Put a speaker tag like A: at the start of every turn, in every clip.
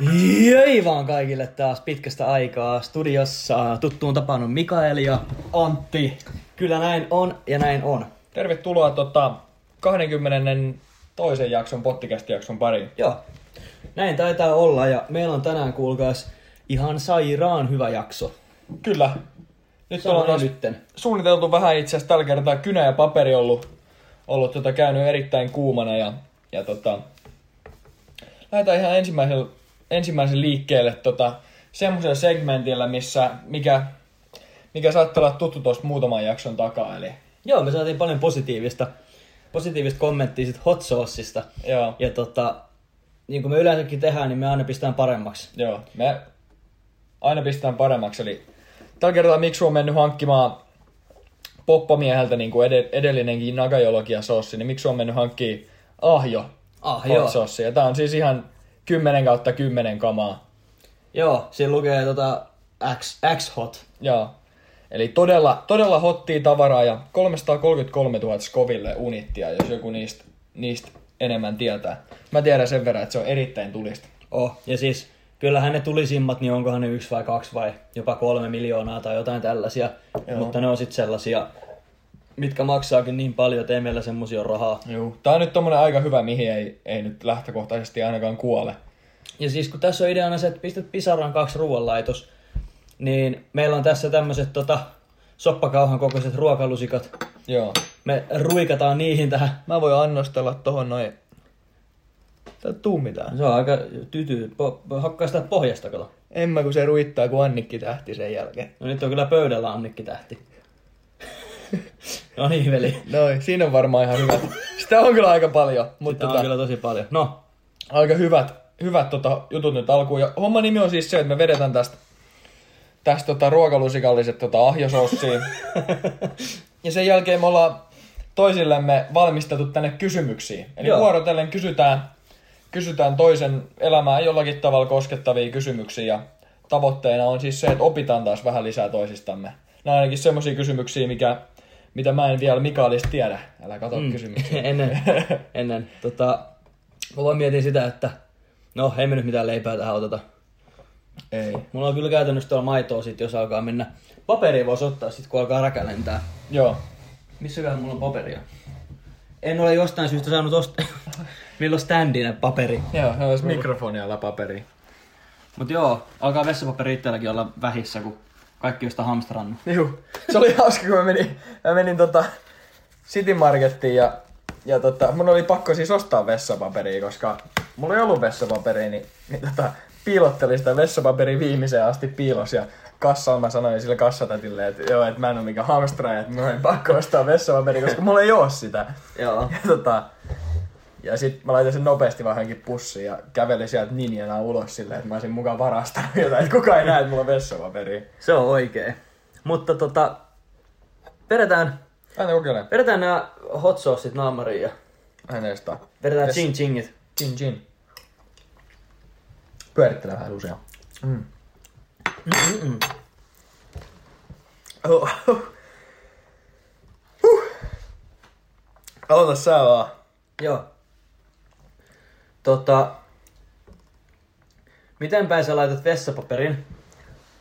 A: Jei vaan kaikille taas pitkästä aikaa. Studiossa tuttuun tapaan on Mikael ja
B: Antti.
A: kyllä näin on ja näin on.
B: Tervetuloa tota 20. toisen jakson, podcast-jakson pariin.
A: Joo, näin taitaa olla ja meillä on tänään kuulkaas ihan sairaan hyvä jakso.
B: Kyllä. Nyt
A: Se on
B: ollaan taas
A: nytten.
B: suunniteltu vähän itse asiassa tällä kertaa kynä ja paperi ollut, ollut tota, käynyt erittäin kuumana ja, ja tota, lähdetään ihan ensimmäisen, ensimmäisen liikkeelle tota, semmoisella segmentillä, missä mikä, mikä saattaa olla tuttu tuosta muutaman jakson takaa. Eli,
A: Joo, me saatiin paljon positiivista, positiivista kommenttia sit hot sauceista.
B: joo,
A: Ja tota, niin kuin me yleensäkin tehdään, niin me aina pistetään paremmaksi.
B: Joo, me aina pistetään paremmaksi. Eli tällä kertaa miksi on mennyt hankkimaan poppamieheltä niin kuin ed- edellinenkin nagajologia sossi, niin miksi on mennyt hankkimaan ahjo
A: Ah, joo.
B: hot sossi. Ja tää on siis ihan 10 kautta 10 kamaa.
A: Joo, siinä lukee tota X, X-hot.
B: Joo. Eli todella, todella hottia tavaraa ja 333 000 skoville unittia, jos joku niistä, niistä enemmän tietää. Mä tiedän sen verran, että se on erittäin tulista.
A: Oh. Ja siis kyllähän ne tulisimmat, niin onkohan ne yksi vai kaksi vai jopa kolme miljoonaa tai jotain tällaisia. Joo. Mutta ne on sitten sellaisia, mitkä maksaakin niin paljon, että ei meillä semmosia ole rahaa.
B: Joo. Tää on nyt tommonen aika hyvä, mihin ei, ei nyt lähtökohtaisesti ainakaan kuole.
A: Ja siis kun tässä on ideana se, että pistät pisaran kaksi ruoanlaitos, niin meillä on tässä tämmöiset tota, soppakauhan kokoiset ruokalusikat.
B: Joo.
A: Me ruikataan niihin tähän.
B: Mä voin annostella tohon noin. Tää tuu mitään.
A: Se on aika tyty. Po- hakkaa sitä pohjasta, kato.
B: En mä kun se ruittaa kun Annikki tähti sen jälkeen.
A: No nyt on kyllä pöydällä Annikki tähti. no niin, veli.
B: Noin, siinä on varmaan ihan hyvät. Sitä on kyllä aika paljon, mutta
A: Tämä
B: tota,
A: on kyllä tosi paljon. No,
B: aika hyvät, hyvät tota, jutut nyt alkuun. Ja homman nimi on siis se, että me vedetään tästä, tästä tota, ruokalusikalliset tota, ahjosoussiin. ja sen jälkeen me ollaan toisillemme valmistettu tänne kysymyksiin. Eli
A: Joo.
B: Joo. vuorotellen kysytään, kysytään toisen elämää jollakin tavalla koskettavia kysymyksiä. Ja tavoitteena on siis se, että opitaan taas vähän lisää toisistamme. Nämä on ainakin semmoisia kysymyksiä, mikä, mitä mä en vielä Mikaelista tiedä. Älä kato mm. kysymyksiä.
A: ennen, ennen tota, mä vaan mietin sitä, että no ei me nyt mitään leipää tähän oteta.
B: Ei.
A: Mulla on kyllä käytännössä tuolla maitoa sit, jos alkaa mennä. Paperi voisi ottaa sit, kun alkaa räkä lentää.
B: Joo.
A: Missäköhän mulla on paperia? En ole jostain syystä saanut ostaa. Milloin standinen paperi?
B: Joo, se olisi mikrofonia läpäperiin.
A: Mut joo, alkaa vessapaperi itselläkin olla vähissä, kun kaikki on sitä hamstrannut.
B: Juu. Se oli hauska, kun mä menin, mä menin tota City Markettiin ja, ja tota, mun oli pakko siis ostaa vessapaperia, koska mulla ei ollut vessapaperia, niin, niin tota, piilottelin sitä vessapaperia viimeiseen asti piilos ja kassalla mä sanoin sille kassatätille, että joo, että mä en oo mikään hamstraaja, että mun ei pakko ostaa vessapaperia, koska mulla ei oo sitä.
A: Joo.
B: Ja, tota, ja sit mä laitan sen nopeasti vaan johonkin pussiin ja kävelin sieltä ninjana ulos silleen, että mä olisin mukaan varastanut jotain, että kukaan ei näe, että mulla on vessapaperia.
A: Se on oikee. Mutta tota, vedetään,
B: Aina kokeilen.
A: vedetään nämä hot sauceit naamariin ja
B: Hänestä.
A: vedetään
B: Yes.
A: ching chingit.
B: Gin gin. Pyörittele vähän usein. Mm. Mm-hmm. Oh. Huh. Aloita sä vaan.
A: Joo. Tota, miten päin sä laitat vessapaperin?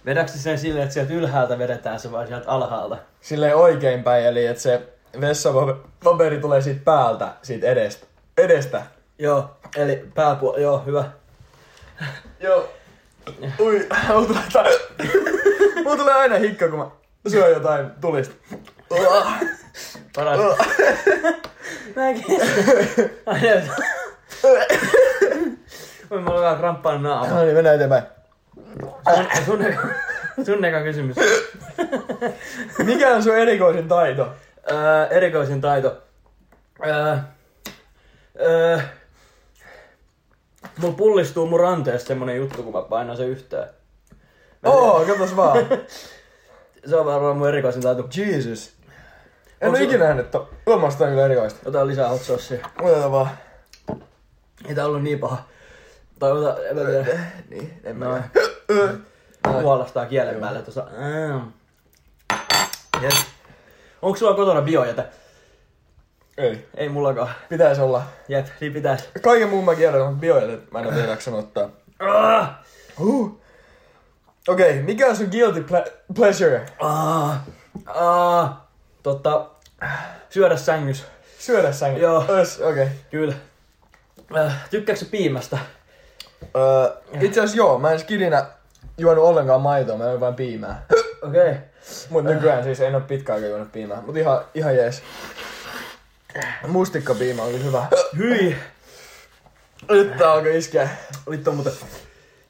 A: Vedätkö sä sen silleen, että sieltä ylhäältä vedetään se vai sieltä alhaalta?
B: Silleen oikein päin, eli että se vessapaperi tulee siitä päältä, siitä edestä. Edestä.
A: Joo, eli pääpuoli, joo, hyvä.
B: Joo. Ui, mulla tulee, ta- mulla tulee aina hikka, kun mä syön jotain tulista.
A: Paras. Mä en kestä. Voi mulla alkaa kramppaa naama.
B: No niin, mennään eteenpäin.
A: Sun, sun, neka- sun neka kysymys.
B: Mikä on sun erikoisin taito?
A: Öö, erikoisin taito. Öö, öö, mulla pullistuu mun ranteessa semmonen juttu, kun mä painan se yhteen. Mä
B: Oo, oh, katos vaan.
A: Se on varmaan mun erikoisin taito.
B: Jesus. En
A: Onks
B: ole
A: se-
B: ikinä nähnyt to... Tuommoista on kyllä erikoista.
A: Ota lisää hot saucea.
B: Otetaan vaan.
A: Ei tää ollut niin paha. Tai ota, en mä tiedä.
B: Niin, en
A: Noin. Äh,
B: Öö.
A: Huolastaa kielen päälle tuossa. Mm. Yes. Onko sulla kotona biojäte?
B: Ei.
A: Ei mullakaan.
B: Pitäis olla.
A: Jep, niin pitäis.
B: Kaiken muun mä kierrän, mutta biojätet mä en ole vielä jaksanut ottaa.
A: Ah!
B: Huh. Okei, okay, mikä on sun guilty ple- pleasure?
A: Ah! Ah! Totta, syödä sängys.
B: Syödä sängyllä.
A: Joo.
B: Ös, okei. Okay.
A: Kyllä. Äh, tykkääksä piimästä?
B: Öö, itse asiassa joo, mä en skidinä juonut ollenkaan maitoa, mä join vain piimää.
A: Okei. Okay.
B: Mut nykyään siis en oo pitkään aikaa juonut piimää, mut ihan, ihan jees. Mustikkapiima on kyllä hyvä.
A: Hyi!
B: Nyt tää alkoi iskeä.
A: Vittu on muuten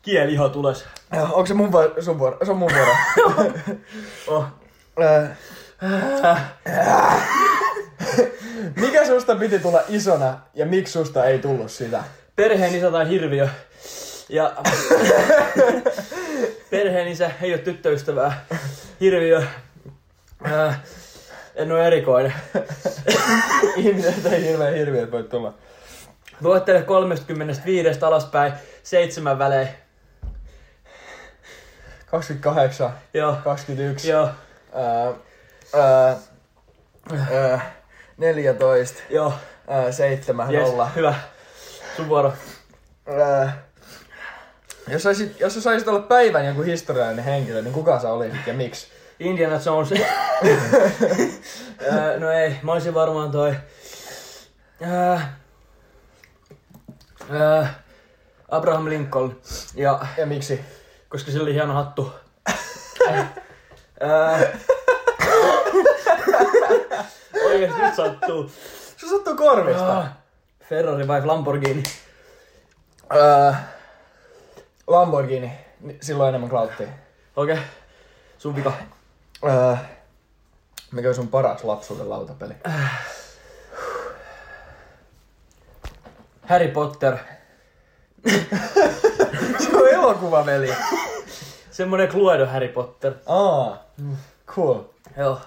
A: kieli ihan tules.
B: Joo, Onko se mun vuoro? Sun vuoro? Se on mun vuoro.
A: Oh.
B: Öö, Mikä susta piti tulla isona ja miksi susta ei tullut sitä?
A: Perheen isä tai hirviö. Ja perheen isä ei ole tyttöystävää. Hirviö. Äh, en ole erikoinen.
B: Ihmiset ei hirveän hirveet voi tulla.
A: Luettele 35 alaspäin seitsemän välein.
B: 28,
A: Joo.
B: 21,
A: Joo.
B: ää, ää, ää, 14,
A: Joo.
B: ää, 7,
A: Yes,
B: 0.
A: hyvä. Sun vuoro.
B: Ää, jos, saisit, jos sä saisit olla päivän joku historiallinen henkilö, niin kuka sä olisit ja miksi?
A: Indiana Jones. Ää, no ei, mä olisin varmaan toi... äh, Ää, ää, äh, Abraham Lincoln. Ja,
B: Ja miksi?
A: koska sillä oli hieno hattu. Äh, Ää, Oikeesti nyt sattuu.
B: Se sattuu korvista.
A: Ah, Ferrari vai Lamborghini?
B: Ää, Lamborghini. Ni- Silloin enemmän klauttia.
A: Okei. Okay. Sun vika.
B: Ää, mikä on sun paras lapsuuden lautapeli?
A: Harry Potter.
B: Se on elokuva, veli.
A: Semmonen Cluedo Harry Potter.
B: Aa, cool.
A: Joo.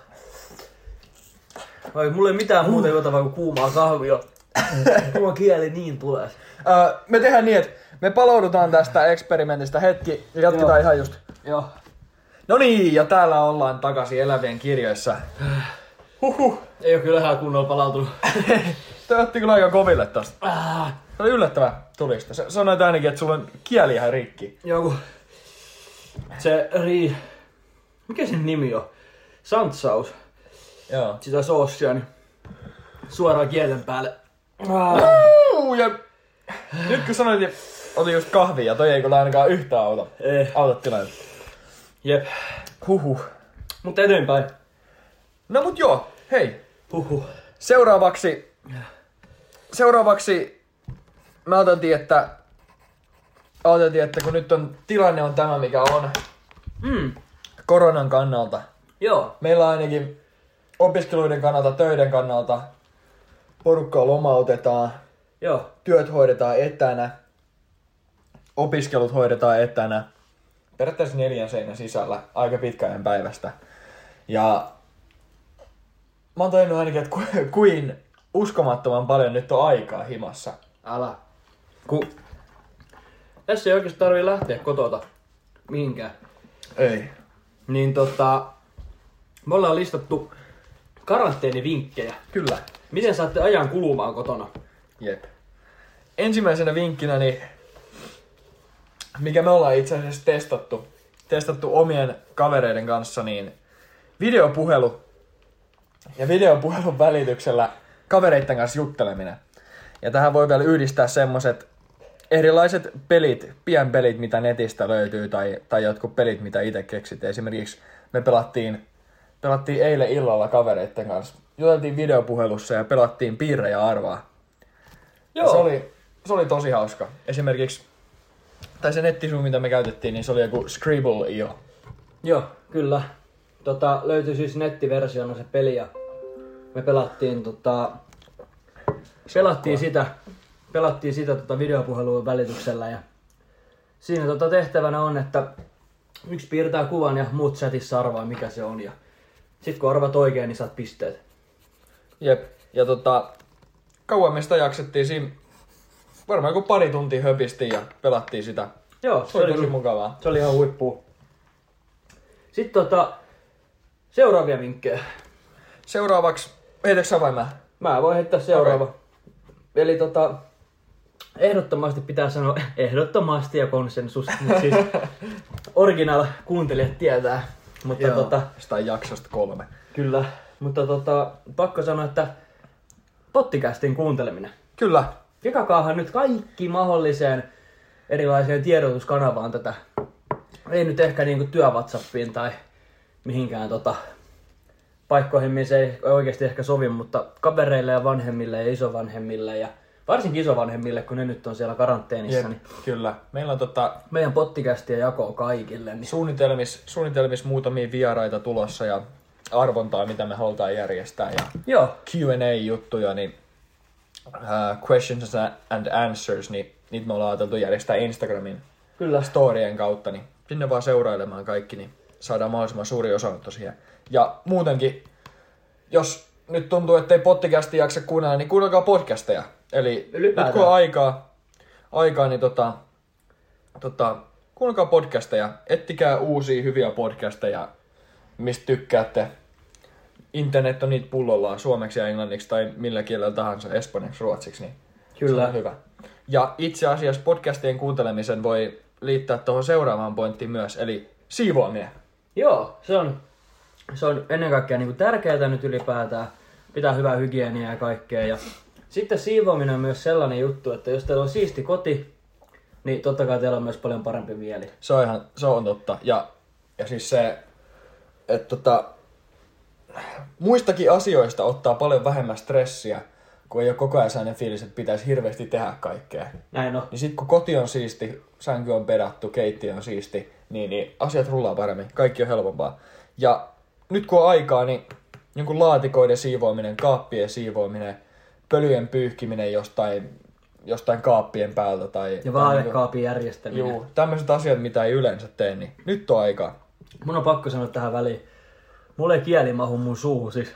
A: Vai mulla ei mitään muuta juotavaa kuin kuumaa kahvia. Mulla Mm. kieli niin tulee.
B: Öö, me tehdään niin, että me paloudutaan tästä eksperimentistä hetki ja jatketaan
A: Joo.
B: ihan just.
A: Joo.
B: No niin, ja täällä ollaan takaisin elävien kirjoissa. Huhhuh,
A: Ei oo kyllä ihan kunnolla palautunut.
B: tämä otti kyllä aika koville tosta.
A: Ah,
B: Se oli yllättävän tulista. Sä sanoit ainakin, että sulla on kieli ihan rikki.
A: Joku. Se ri... Mikä sen nimi on? Santsaus.
B: Joo.
A: Sitä soossia, niin suoraan kielen päälle. Ah.
B: Uu, ja nyt kun sanoit, että otin just kahvia, toi ei kyllä ainakaan yhtään auta.
A: Eh,
B: Auta tilannetta.
A: jep.
B: Huhhuh.
A: Mutta eteenpäin.
B: No mut joo, hei.
A: Huhhuh.
B: Seuraavaksi... Seuraavaksi mä otan tietä... Otan tietä, kun nyt on tilanne on tämä, mikä on
A: Mm.
B: koronan kannalta.
A: Joo.
B: Meillä ainakin opiskeluiden kannalta, töiden kannalta porukkaa lomautetaan,
A: Joo.
B: työt hoidetaan etänä, opiskelut hoidetaan etänä. Periaatteessa neljän seinän sisällä aika pitkään päivästä. Ja mä oon tajunnut ainakin, että ku- kuin uskomattoman paljon nyt on aikaa himassa.
A: Ala.
B: Ku...
A: Tässä ei oikeesti tarvii lähteä kotota. Mihinkään.
B: Ei.
A: Niin tota, me ollaan listattu karanteenivinkkejä.
B: Kyllä.
A: Miten saatte ajan kulumaan kotona?
B: Jep. Ensimmäisenä vinkkinä, niin mikä me ollaan itse asiassa testattu, testattu omien kavereiden kanssa, niin videopuhelu ja videopuhelun välityksellä kavereiden kanssa jutteleminen. Ja tähän voi vielä yhdistää semmoset erilaiset pelit, pienpelit, mitä netistä löytyy, tai, tai jotkut pelit, mitä itse keksit. Esimerkiksi me pelattiin, pelattiin eilen illalla kavereiden kanssa. Juteltiin videopuhelussa ja pelattiin piirrejä arvaa. Joo. Se oli, se oli tosi hauska. Esimerkiksi, tai se nettisivu, mitä me käytettiin, niin se oli joku Scribble.io.
A: Joo, kyllä. Tota, löytyi siis nettiversiona se peli ja me pelattiin tota, pelattiin sitä, pelattiin sitä tota videopuhelun välityksellä ja siinä tota tehtävänä on, että yksi piirtää kuvan ja muut chatissa arvaa mikä se on ja sit kun arvat oikein, niin saat pisteet.
B: Jep. Ja tota, kauan me sitä jaksettiin siinä, varmaan joku pari tuntia höpistiin ja pelattiin sitä.
A: Joo,
B: Se oli tosi mukavaa.
A: Se oli ihan huippu. Sitten tota, seuraavia vinkkejä.
B: Seuraavaksi, heitäks sä vai mä?
A: Mä voin heittää seuraava. Eli tota, ehdottomasti pitää sanoa, ehdottomasti ja konsensus, mutta siis original kuuntelijat tietää. Mutta
B: Joo.
A: tota,
B: Sitä jaksosta kolme.
A: kyllä, mutta tota, pakko sanoa, että pottikästin kuunteleminen.
B: Kyllä.
A: Jakakaahan nyt kaikki mahdolliseen erilaiseen tiedotuskanavaan tätä. Ei nyt ehkä niinku työWhatsAppiin tai mihinkään tota, paikkoihin, missä ei oikeasti ehkä sovi, mutta kavereille ja vanhemmille ja isovanhemmille ja varsinkin isovanhemmille, kun ne nyt on siellä karanteenissa, niin
B: Kyllä. Meillä on tota,
A: meidän pottikästiä jakoo kaikille. Niin
B: suunnitelmissa, suunnitelmis muutamia vieraita tulossa ja arvontaa, mitä me halutaan järjestää ja
A: joo,
B: Q&A-juttuja, niin uh, questions and answers, niin niitä me ollaan ajateltu järjestää Instagramin
A: kyllä.
B: storien kautta, niin sinne vaan seurailemaan kaikki, niin saadaan mahdollisimman suuri osanotto siihen. Ja muutenkin, jos nyt tuntuu, ettei podcasti jaksa kuunnella, niin kuunnelkaa podcasteja. Eli
A: Ylipäätään.
B: nyt kun on aikaa, aikaa niin tota, tota, kuunnelkaa podcasteja, ettikää uusia hyviä podcasteja, mistä tykkäätte. Internet on niitä pullollaan suomeksi ja englanniksi tai millä kielellä tahansa, espanjaksi, ruotsiksi, niin
A: Kyllä.
B: se on hyvä. Ja itse asiassa podcastien kuuntelemisen voi liittää tuohon seuraavaan pointtiin myös, eli siivoaminen.
A: Joo, se on, se on ennen kaikkea niin tärkeää nyt ylipäätään. Pitää hyvää hygieniaa ja kaikkea. Ja sitten siivoaminen on myös sellainen juttu, että jos teillä on siisti koti, niin totta kai teillä on myös paljon parempi mieli.
B: Se on ihan, se on totta. Ja, ja siis se, että tota, muistakin asioista ottaa paljon vähemmän stressiä, kun ei ole koko ajan sellainen fiilis, että pitäisi hirveästi tehdä kaikkea.
A: Näin on.
B: Niin sitten kun koti on siisti, sänky on pedattu, keittiö on siisti, niin, niin asiat rullaa paremmin, kaikki on helpompaa. Ja nyt kun on aikaa, niin jonkun laatikoiden siivoaminen, kaappien siivoaminen, pölyjen pyyhkiminen jostain, jostain kaappien päältä tai...
A: Ja
B: tai niinku-
A: vaatekaapin järjestäminen.
B: Juu, tämmöiset asiat, mitä ei yleensä tee, niin nyt on aikaa.
A: Mun on pakko sanoa tähän väliin. Mulle ei kieli mahu mun suuhun siis.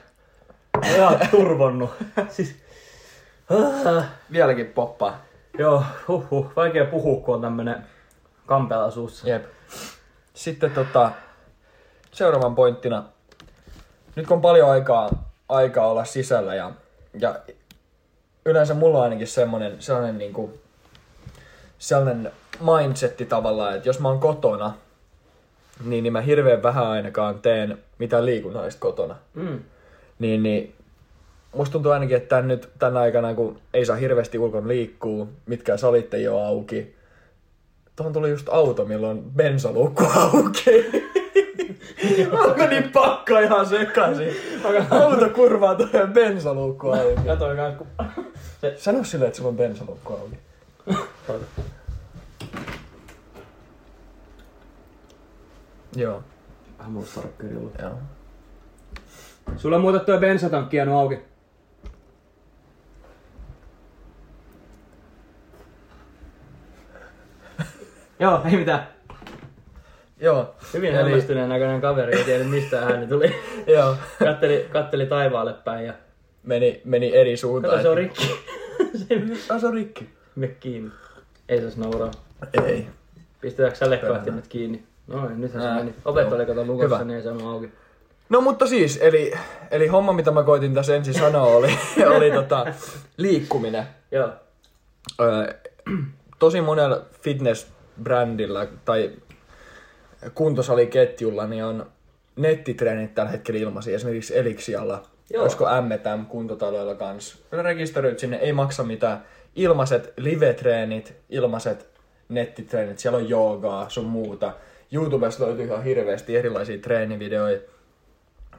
A: Mä oon ihan turvonnut. siis... Ah,
B: Vieläkin poppaa.
A: joo, huhhuh. Vaikea puhua, kun on tämmönen kampeala suussa.
B: Jep. Sitten tota, seuraavan pointtina. Nyt kun on paljon aikaa, aikaa olla sisällä ja, ja yleensä mulla on ainakin semmonen, sellainen, niin kuin, sellainen mindsetti tavallaan, että jos mä oon kotona, niin, niin mä hirveän vähän ainakaan teen mitään liikunnallista kotona.
A: Mm.
B: Niin, niin musta tuntuu ainakin, että tän nyt tän aikana, kun ei saa hirveästi ulkon liikkuu, mitkään salit ei ole auki. Tuohon tuli just auto, millä on bensaluukku auki. Onko niin pakka ihan sekaisin? Auto kurvaa tuohon bensaluukku auki.
A: Katoin kans, kun... Se,
B: Sano silleen, että sulla on bensaluukku auki. Joo,
A: Vähän mulla sarkkari ollut.
B: joo.
A: Sulla on muuten tuo bensatankki jäänyt auki. Joo, ei mitään.
B: Joo,
A: Hyvin
B: Eli-
A: hämmästyneen näköinen kaveri, ei tiedä mistä ääni tuli.
B: joo.
A: Katteli, katteli taivaalle päin ja
B: Meni, meni eri suuntaan.
A: kato se on rikki. se
B: Ah, se on rikki.
A: me kiinni. Ei saisi nauraa.
B: Ei.
A: Pistetäänkö sä lekkahtimet kiinni? Noin, nythän se
B: Ää,
A: meni. Opet
B: joo.
A: oli kato lukossa,
B: Hyvä.
A: niin ei saanut auki.
B: No mutta siis, eli, eli homma mitä mä koitin tässä ensin sanoa oli, oli tota, liikkuminen.
A: Joo,
B: Öö, tosi monella fitness-brändillä tai kuntosaliketjulla niin on nettitreenit tällä hetkellä ilmaisia, esimerkiksi Elixialla,
A: Joo.
B: olisiko M&M kuntotaloilla kanssa. Rekisteröit sinne, ei maksa mitään. Ilmaiset live-treenit, ilmaiset nettitreenit, siellä on joogaa, sun muuta. YouTubesta löytyy ihan hirveästi erilaisia treenivideoita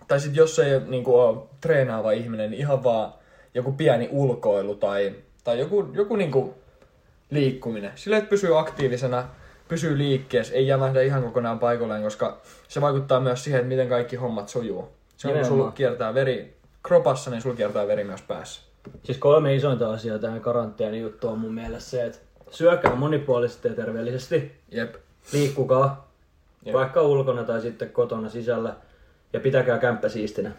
B: tai sitten jos ei niin kuin, ole treenaava ihminen, niin ihan vaan joku pieni ulkoilu tai, tai joku, joku niin kuin, liikkuminen. Sillä, että pysyy aktiivisena, pysyy liikkeessä, ei jämähdä ihan kokonaan paikalleen, koska se vaikuttaa myös siihen, että miten kaikki hommat sujuu. Se on, kun sulla
A: Nimenomaan.
B: kiertää veri kropassa, niin sulla kiertää veri myös päässä.
A: Siis kolme isointa asiaa tähän karanteeni juttuun on mun mielestä se, että syökää monipuolisesti ja terveellisesti,
B: Jep.
A: liikkukaa,
B: Jep.
A: vaikka ulkona tai sitten kotona sisällä ja pitäkää kämppä siistinä.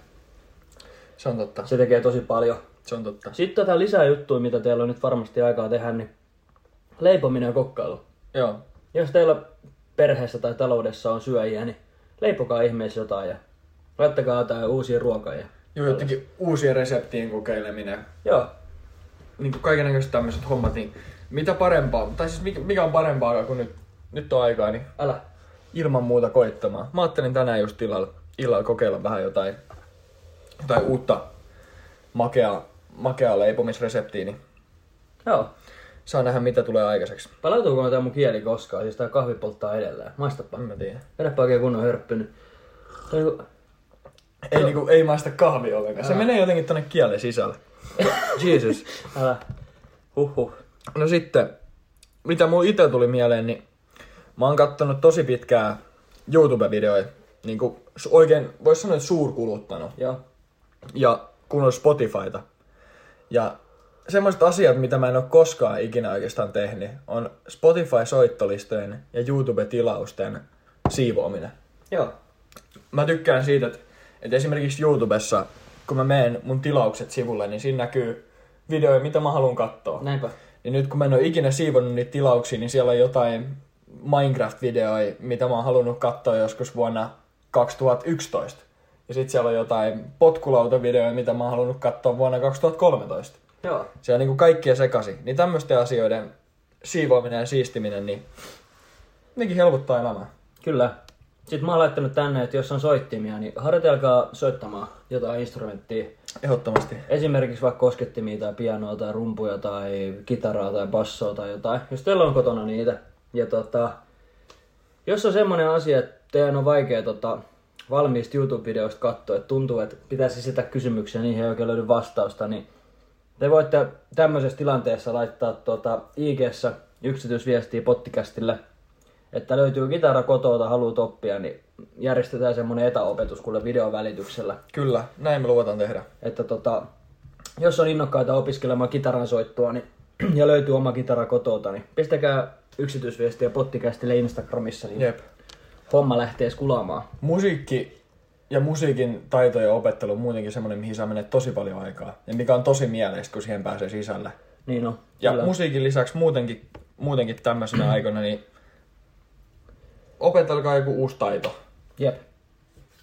B: Se on totta.
A: Se tekee tosi paljon.
B: Se on totta.
A: Sitten tätä lisää juttuja, mitä teillä on nyt varmasti aikaa tehdä, niin leipominen ja kokkailu.
B: Joo.
A: Jos teillä perheessä tai taloudessa on syöjiä, niin leipokaa ihmeessä jotain ja laittakaa jotain uusia ruokaa. Ja...
B: Joo, jotenkin uusien reseptien kokeileminen.
A: Joo,
B: niin kaikenlaiset tämmöiset hommat, niin mitä parempaa, tai siis mikä, mikä on parempaa kuin nyt, nyt on aikaa, niin
A: Älä.
B: ilman muuta koittamaan. Mä ajattelin tänään just illalla, illalla kokeilla vähän jotain, jotain uutta makeaa, makeaa leipomisreseptiä, niin
A: Joo.
B: saa nähdä mitä tulee aikaiseksi.
A: Palautuuko tää mun kieli koskaan? Siis tää kahvi polttaa edelleen. Maistapa.
B: En mä tiedä.
A: Vedäpä oikein kunnon hörppynyt. Tää on niinku-
B: Ei, niinku, ei maista kahvia ollenkaan. Se menee jotenkin tonne kielen sisälle.
A: Jesus. Älä. Huhhuh.
B: No sitten, mitä mun itse tuli mieleen, niin mä oon kattonut tosi pitkää YouTube-videoja. Niin kuin oikein, voisi sanoa, että suurkuluttanut.
A: Joo.
B: Ja kun on Spotifyta. Ja semmoiset asiat, mitä mä en ole koskaan ikinä oikeastaan tehnyt, on Spotify-soittolistojen ja YouTube-tilausten siivoaminen.
A: Joo.
B: Mä tykkään siitä, että, että esimerkiksi YouTubessa, kun mä menen mun tilaukset sivulle, niin siinä näkyy videoja, mitä mä haluan katsoa.
A: Näinpä.
B: Niin nyt kun mä en ole ikinä siivonnut niitä tilauksia, niin siellä on jotain Minecraft-videoja, mitä mä oon halunnut katsoa joskus vuonna 2011. Ja sitten siellä on jotain potkulautavideoja, mitä mä oon halunnut katsoa vuonna 2013.
A: Joo.
B: Siellä on niinku kaikkia sekasi. Niin tämmöisten asioiden siivoaminen ja siistiminen, niin nekin helpottaa elämää.
A: Kyllä. Sitten mä oon laittanut tänne, että jos on soittimia, niin harjoitelkaa soittamaan jotain instrumenttia.
B: Ehdottomasti.
A: Esimerkiksi vaikka koskettimia tai pianoa tai rumpuja tai kitaraa tai bassoa tai jotain. Jos teillä on kotona niitä. Ja tota, jos on semmonen asia, että teidän on vaikea tota, valmiista YouTube-videoista katsoa, että tuntuu, että pitäisi sitä kysymyksiä, niihin ei oikein löydy vastausta, niin te voitte tämmöisessä tilanteessa laittaa tota, IG-ssä yksityisviestiä pottikästille, että löytyy kitara kotoa haluat oppia, niin järjestetään semmonen etäopetus kuule videon välityksellä
B: Kyllä, näin me luvataan tehdä.
A: että tota, jos on innokkaita opiskelemaan kitaransoittoa niin, ja löytyy oma kitara kotota, niin pistäkää yksityisviestiä pottikästille Instagramissa, niin
B: Jep.
A: homma lähtee skulaamaan.
B: musiikki ja musiikin taitojen opettelu on muutenkin semmoinen, mihin saa mennä tosi paljon aikaa. Ja mikä on tosi mieleistä, kun siihen pääsee sisälle.
A: Niin on.
B: Ja
A: kyllä.
B: musiikin lisäksi muutenkin, muutenkin tämmöisenä aikana, niin opetelkaa joku uusi taito.
A: Jep.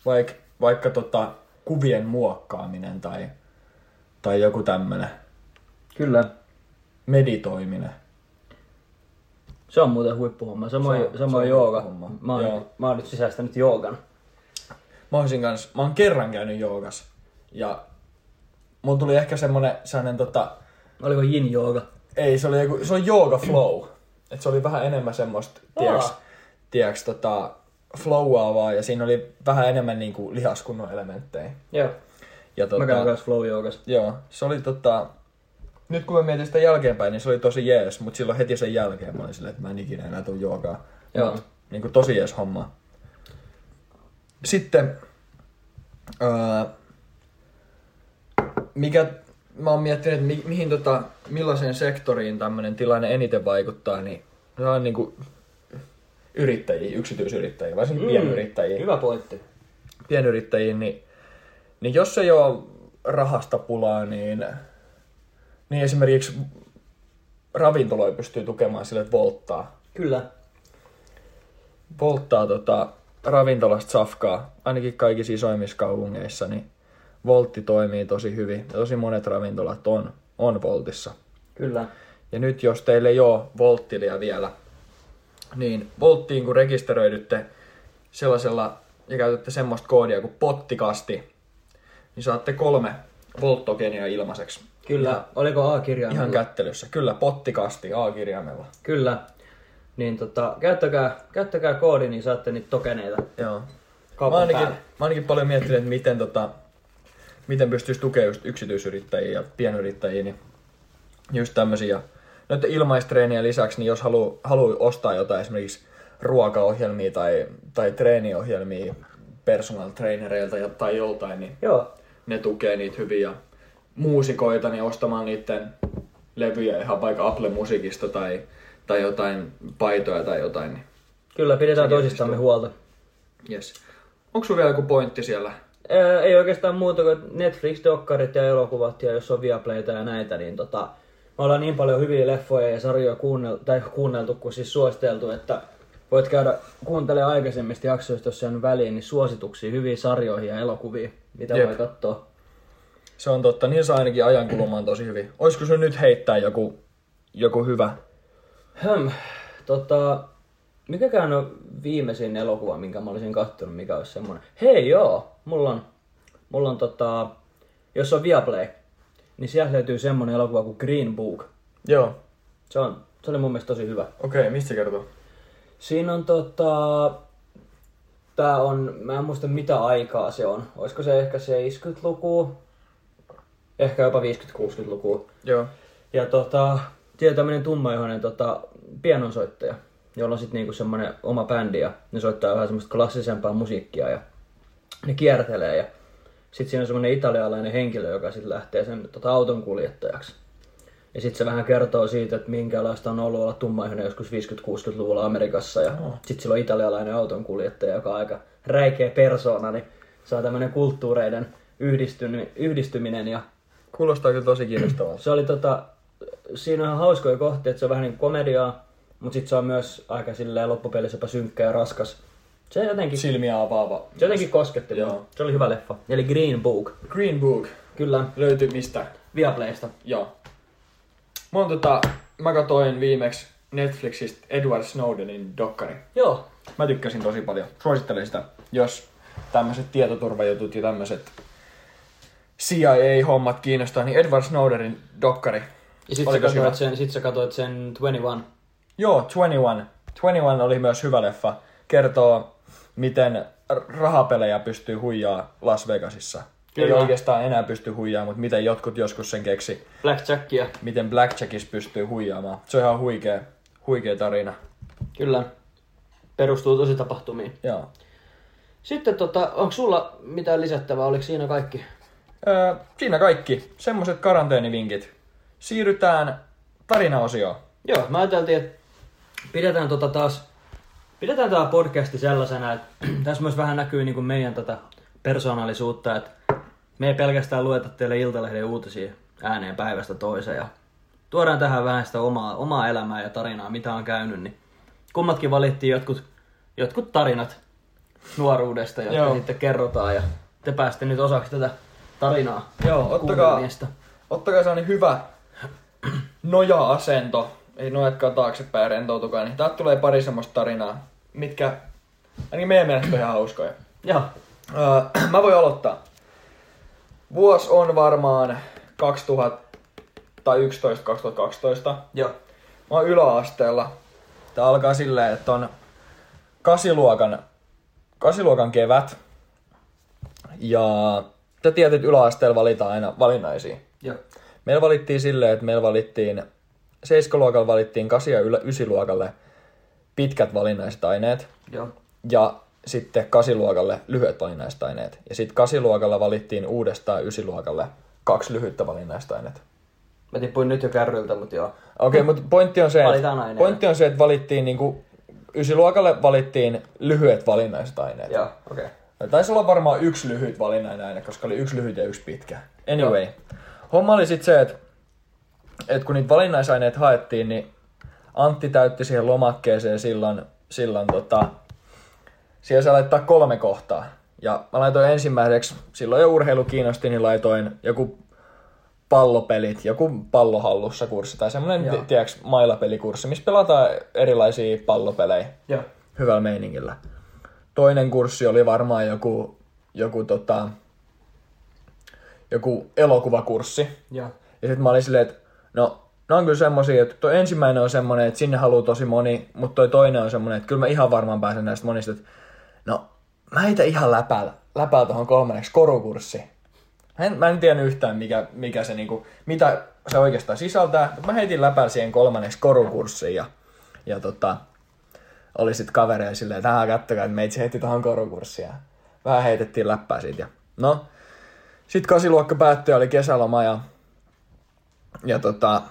B: Vaik, vaikka tota, kuvien muokkaaminen tai, tai joku tämmönen
A: Kyllä.
B: meditoiminen.
A: Se on muuten huippuhomma. Samoin,
B: Se on-
A: samoin
B: se on
A: jooga.
B: huippuhomma.
A: Mä oon,
B: Joo.
A: nyt, mä oon nyt sisäistänyt joogan.
B: Mä, olisin kans, mä oon kerran käynyt joogas. Ja mulla tuli ehkä semmonen, semmonen tota,
A: Oliko yin jooga?
B: Ei, se oli joku, se on jooga flow. Et se oli vähän enemmän semmoista, tiiäks, tiiäks, tota, flowaavaa ja siinä oli vähän enemmän niinku lihaskunnon elementtejä.
A: Joo.
B: Ja
A: Mä käyn
B: tota,
A: kans flow joogas.
B: joo, se oli tota, nyt kun mä mietin sitä jälkeenpäin, niin se oli tosi jees, mutta silloin heti sen jälkeen mä olin silleen, että mä en ikinä enää tuu joogaa.
A: Joo.
B: Niinku tosi jees homma. Sitten, öö, mikä, mä oon miettinyt, että mi, mihin tota, millaiseen sektoriin tämmöinen tilanne eniten vaikuttaa, niin ne on niinku yrittäjiä, yksityisyrittäjiä, varsinkin mm. pienyrittäjiä.
A: Hyvä pointti.
B: pienyrittäjiä niin, niin jos ei ole rahasta pulaa, niin, niin esimerkiksi ravintoloja pystyy tukemaan sille, että volttaa
A: Kyllä.
B: volttaa tota ravintolasta safkaa, ainakin kaikissa isoimmissa kaupungeissa, niin voltti toimii tosi hyvin. Ja tosi monet ravintolat on, on voltissa.
A: Kyllä.
B: Ja nyt jos teillä ei ole volttilia vielä, niin volttiin kun rekisteröidytte sellaisella ja käytätte semmoista koodia kuin pottikasti, niin saatte kolme volttogenia ilmaiseksi.
A: Kyllä. Oliko A-kirjaimella?
B: Ihan kättelyssä. Kyllä, pottikasti A-kirjaimella.
A: Kyllä. Niin tota, käyttäkää, käyttäkää koodi, niin saatte niitä tokeneita.
B: Joo.
A: Kaupan
B: mä, ainakin,
A: päälle.
B: mä ainakin paljon miettinyt, että miten, tota, miten pystyisi tukea just yksityisyrittäjiä ja pienyrittäjiä, niin just tämmöisiä. Noiden ilmaistreenien lisäksi, niin jos haluaa haluu ostaa jotain esimerkiksi ruokaohjelmia tai, tai treeniohjelmia personal trainereilta ja- tai joltain, niin
A: Joo.
B: ne tukee niitä hyvin ja muusikoita niin ostamaan niiden levyjä ihan vaikka Apple Musiikista tai, tai jotain paitoja tai jotain. Niin.
A: Kyllä, pidetään toisistamme huolta.
B: Yes. Onko sulla vielä joku pointti siellä?
A: Ää, ei oikeastaan muuta kuin Netflix-dokkarit ja elokuvat ja jos on Viaplayta ja näitä, niin tota, me ollaan niin paljon hyviä leffoja ja sarjoja kuunnel, tai kuunneltu kuin siis suositeltu, että voit käydä kuuntelemaan aikaisemmista jaksoista, jos on väliin, niin suosituksia hyviä sarjoihin ja elokuviin, mitä
B: Jep.
A: voi katsoa.
B: Se on totta, niin saa ainakin ajan kulumaan tosi hyvin. Olisiko se nyt heittää joku, joku hyvä?
A: Höm, tota, mikäkään on viimeisin elokuva, minkä mä olisin kattonut, mikä olisi semmonen. Hei joo, mulla on, mulla on tota, jos on Viaplay, niin sieltä löytyy semmonen elokuva kuin Green Book.
B: Joo.
A: Se, on, se oli mun mielestä tosi hyvä.
B: Okei, okay, mistä se kertoo?
A: Siinä on tota... Tää on, mä en muista mitä aikaa se on. Olisiko se ehkä 70-luku? Ehkä jopa 50-60-luku.
B: Joo.
A: Ja tota, siellä on tämmönen tummaihoinen tota, pianonsoittaja, jolla on sitten niinku semmonen oma bändi ja ne soittaa vähän semmoista klassisempaa musiikkia ja ne kiertelee ja sitten siinä on semmonen italialainen henkilö, joka sitten lähtee sen tota, auton kuljettajaksi. Ja sitten se vähän kertoo siitä, että minkälaista on ollut olla tummaihoinen joskus 50-60-luvulla Amerikassa. Ja oh. sitten sillä on italialainen autonkuljettaja, joka on aika räikeä persoona, niin se on tämmöinen kulttuureiden yhdistyminen, yhdistyminen. Ja
B: Kuulostaa kyllä tosi kiinnostavalta.
A: se oli tota, siinä on ihan hauskoja kohtia, että se on vähän niin kuin komediaa, mutta sitten se on myös aika silleen loppupelissä jopa synkkä ja raskas. Se jotenkin,
B: Silmiä avaava.
A: se jotenkin kosketti
B: Joo.
A: mua. Se oli hyvä leffa. Eli Green Book.
B: Green Book.
A: Kyllä,
B: Löytyy mistä?
A: Viaplaysta.
B: Joo. Mä, oon tota, mä katoin viimeksi Netflixistä Edward Snowdenin dokkari.
A: Joo,
B: Mä tykkäsin tosi paljon. Suosittelen sitä, jos tämmöiset tietoturvajutut ja tämmöiset CIA-hommat kiinnostaa, niin Edward Snowdenin dokkari.
A: ja sitten sä,
B: Oliko hyvä?
A: katsoit sen, sit tota- sä katsoit sen 21.
B: Joo, 21. 21 oli myös hyvä leffa. Kertoo, miten r- rahapelejä pystyy huijaa Las Vegasissa. Ei
A: Kyllä.
B: oikeastaan enää pysty huijaa, mutta miten jotkut joskus sen keksi.
A: Blackjackia.
B: Miten Blackjackis pystyy huijaamaan. Se on ihan huikea, huikea tarina.
A: Kyllä. Perustuu tosi tapahtumiin.
B: Joo.
A: Sitten tota, onko sulla mitään lisättävää? Oliko siinä kaikki?
B: Öö, siinä kaikki. Semmoset karanteenivinkit. Siirrytään tarinaosioon.
A: Joo, mä ajateltiin, että pidetään tota taas, pidetään tämä podcasti sellaisena, että tässä myös vähän näkyy niin kuin meidän tota persoonallisuutta, että me ei pelkästään lueta teille Iltalehden uutisia ääneen päivästä toiseen ja tuodaan tähän vähän sitä omaa, omaa elämää ja tarinaa, mitä on käynyt, niin kummatkin valittiin jotkut, jotkut tarinat nuoruudesta, jotka
B: Joo.
A: sitten kerrotaan ja te pääsitte nyt osaksi tätä tarinaa.
B: Joo, ottakaa,
A: kuuntelijasta.
B: ottakaa sellainen hyvä noja-asento. Ei nojatkaa taaksepäin ja rentoutukaa. Niin täältä tulee pari semmoista tarinaa, mitkä ainakin meidän mielestä on ihan hauskoja.
A: Joo,
B: Öö, mä voin aloittaa. Vuosi on varmaan 2011-2012.
A: joo,
B: Mä oon yläasteella. Tää alkaa silleen, että on kasiluokan, kasiluokan kevät. Ja sä tiedät, että yläasteella valitaan aina valinnaisia.
A: joo,
B: Meillä valittiin silleen, että meillä valittiin, seiskaluokalla valittiin 8 ja ylä, 9 luokalle pitkät valinnaiset aineet
A: joo,
B: ja sitten 8 luokalle lyhyet valinnaiset aineet. Ja sitten 8 luokalla valittiin uudestaan 9 luokalle kaksi lyhyttä valinnaista ainetta.
A: Mä tippuin nyt jo kärryltä, mutta joo.
B: Okei, mutta pointti on se,
A: Valitaan
B: että,
A: aineita.
B: pointti on se, että valittiin niinku, ysiluokalle valittiin lyhyet valinnaiset aineet.
A: Joo, okei. Okay.
B: Taisi olla varmaan yksi lyhyt valinnainen aine, koska oli yksi lyhyt ja yksi pitkä. Anyway, homma oli sitten se, että, että kun niitä valinnaisaineet haettiin, niin Antti täytti siihen lomakkeeseen silloin, silloin tota, siellä saa laittaa kolme kohtaa. Ja mä laitoin ensimmäiseksi, silloin jo urheilu kiinnosti, niin laitoin joku pallopelit, joku pallohallussa kurssi tai semmoinen,
A: Joo.
B: ti- tiedäks, mailapelikurssi, missä pelataan erilaisia pallopelejä
A: Joo.
B: hyvällä meiningillä. Toinen kurssi oli varmaan joku, joku, tota, joku elokuvakurssi.
A: Joo.
B: Ja sitten mä olin silleen, että no, no on kyllä semmosia, että toi ensimmäinen on semmonen, että sinne haluaa tosi moni, mutta toi toinen on semmonen, että kyllä mä ihan varmaan pääsen näistä monista, että no, mä heitä ihan läpäällä, läpäällä tohon kolmanneksi korukurssi. Mä en, mä en tiedä yhtään, mikä, mikä se niinku, mitä se oikeastaan sisältää, mutta mä heitin läpäällä siihen kolmanneksi korukurssiin ja, ja tota, oli sitten kavereja silleen, että "Aa, kattokaa, että meitsi heitti tuohon korukurssia. Vähän heitettiin läppää siitä. Ja... No, sitten kasiluokka päättyi, oli kesäloma ja, ja tota,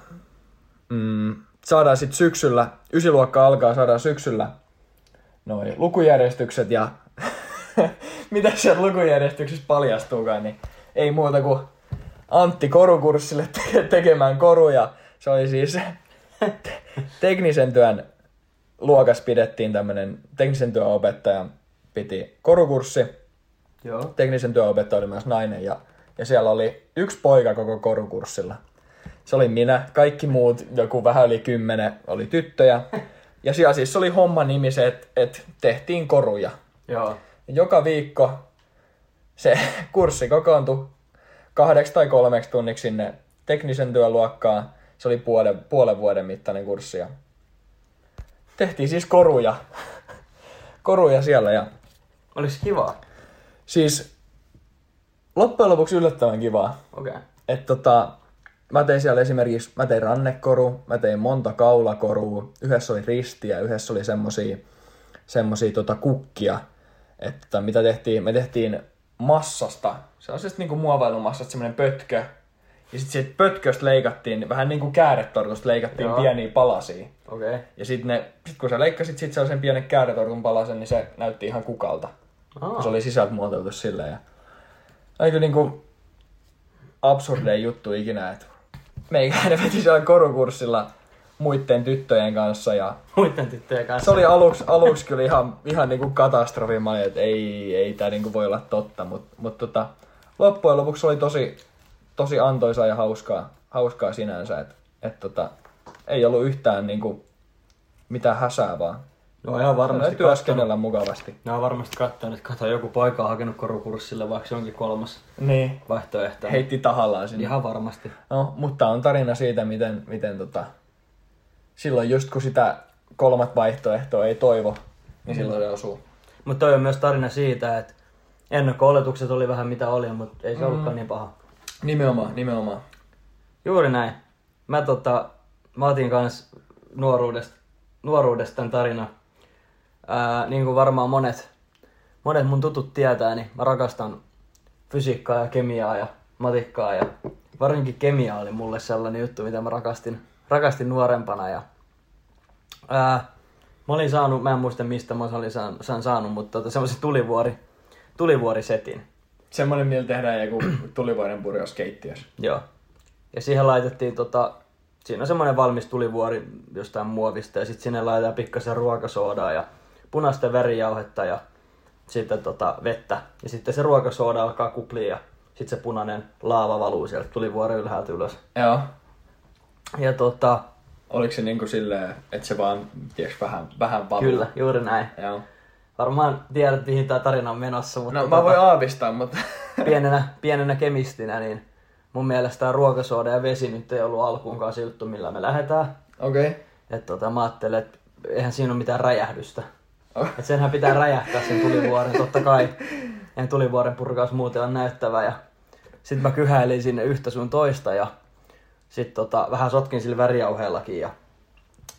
B: mm, saadaan sitten syksyllä, ysiluokka alkaa, saadaan syksyllä noi lukujärjestykset ja mitä siellä lukujärjestyksessä paljastuukaan, niin ei muuta kuin Antti korukurssille te- tekemään koruja. Se oli siis te- teknisen työn luokas pidettiin tämmönen teknisen työn opettaja piti korukurssi.
A: Joo.
B: Teknisen työn opettaja oli myös nainen ja, ja siellä oli yksi poika koko korukurssilla. Se oli minä, kaikki muut, joku vähän yli kymmenen, oli tyttöjä. Ja siellä siis oli homma nimi se, että et tehtiin koruja.
A: Joo.
B: Joka viikko se kurssi kokoontui kahdeksi tai kolmeksi tunniksi sinne teknisen työluokkaan. Se oli puolen, puolen vuoden mittainen kurssi. ja Tehtiin siis koruja. koruja siellä ja
A: Oliks kivaa?
B: siis loppujen lopuksi yllättävän kivaa.
A: Okei. Okay.
B: Et tota, mä tein siellä esimerkiksi, mä tein rannekoru, mä tein monta kaulakorua, yhdessä oli ristiä, yhdessä oli semmosia, semmosia tota kukkia, että mitä tehtiin, me tehtiin massasta, sellaisesta niinku muovailumassasta semmoinen pötkö, ja sitten siitä pötköstä leikattiin, vähän niin kuin kääretortusta leikattiin
A: Joo.
B: Joo. pieniä palasia.
A: Okei. Okay.
B: Ja sitten ne, sit kun sä leikkasit sit sellaisen pienen kääretortun palasen, niin se näytti ihan kukalta. Kun
A: Ah.
B: se oli sisältä muotoiltu silleen. Ja... Aika niinku absurdein juttu ikinä, että meikäläinen veti siellä korukurssilla muiden tyttöjen kanssa ja
A: Muiden tyttöjen
B: se
A: kanssa.
B: oli aluksi, aluksi kyllä ihan, ihan niinku katastrofi. Mä olin, että ei, ei tää niinku voi olla totta, mutta mut tota, loppujen lopuksi se oli tosi, tosi antoisaa ja hauskaa, hauskaa sinänsä, että et tota, ei ollut yhtään niinku mitään häsää vaan.
A: No ihan varmasti
B: Varmasti
A: kattonut.
B: työskennellä mukavasti.
A: Ne on varmasti kattonut, että kato joku poika on hakenut korukurssille, vaikka se onkin kolmas
B: Niin.
A: vaihtoehto.
B: Heitti tahallaan sinne.
A: Ihan varmasti.
B: No, mutta on tarina siitä, miten, miten tota, silloin just kun sitä kolmat vaihtoehtoa ei toivo, niin silloin se osuu.
A: Mutta toi on myös tarina siitä, että ennakko-oletukset oli vähän mitä oli, mutta ei se ollutkaan niin paha.
B: Nimenomaan, nimenomaan.
A: Juuri näin. Mä, tota, mä otin kans nuoruudesta, nuoruudesta tämän tarina. Ää, niin kuin varmaan monet, monet mun tutut tietää, niin mä rakastan fysiikkaa ja kemiaa ja matikkaa. Ja varsinkin kemia oli mulle sellainen juttu, mitä mä rakastin, rakastin nuorempana. Ja, ää, mä olin saanut, mä en muista mistä mä olin saan, saan saanut, mutta tota, semmoisen tulivuori, tulivuorisetin.
B: Semmoinen, millä tehdään joku tulivuoden purjous keittiössä.
A: Joo. Ja siihen laitettiin tota, siinä on semmoinen valmis tulivuori jostain muovista ja sitten sinne laitetaan pikkasen ruokasoodaa ja punaista värijauhetta ja sitten tota vettä. Ja sitten se ruokasooda alkaa kuplia ja sitten se punainen laava valuu sieltä tulivuori ylhäältä ylös.
B: Joo.
A: Ja tota,
B: Oliko se niinku silleen, että se vaan, tiedätkö, vähän, vähän valuu?
A: kyllä, juuri näin.
B: Joo.
A: Varmaan tiedät, mihin tämä tarina on menossa, mutta tota
B: No mä voin aavistaa, mutta...
A: pienenä, pienenä kemistinä, niin mun mielestä tämä ruokasooda ja vesi nyt ei ollut alkuunkaan se juttu, millä me lähdetään.
B: Okei. Okay.
A: Et tota, mä ajattelin, että eihän siinä ole mitään räjähdystä.
B: Oh.
A: Et senhän pitää räjähtää sen tulivuoren, totta kai. En tulivuoren purkaus muuten on näyttävä. Ja sitten mä kyhäilin sinne yhtä sun toista ja sitten tota, vähän sotkin sillä värijauheellakin. Ja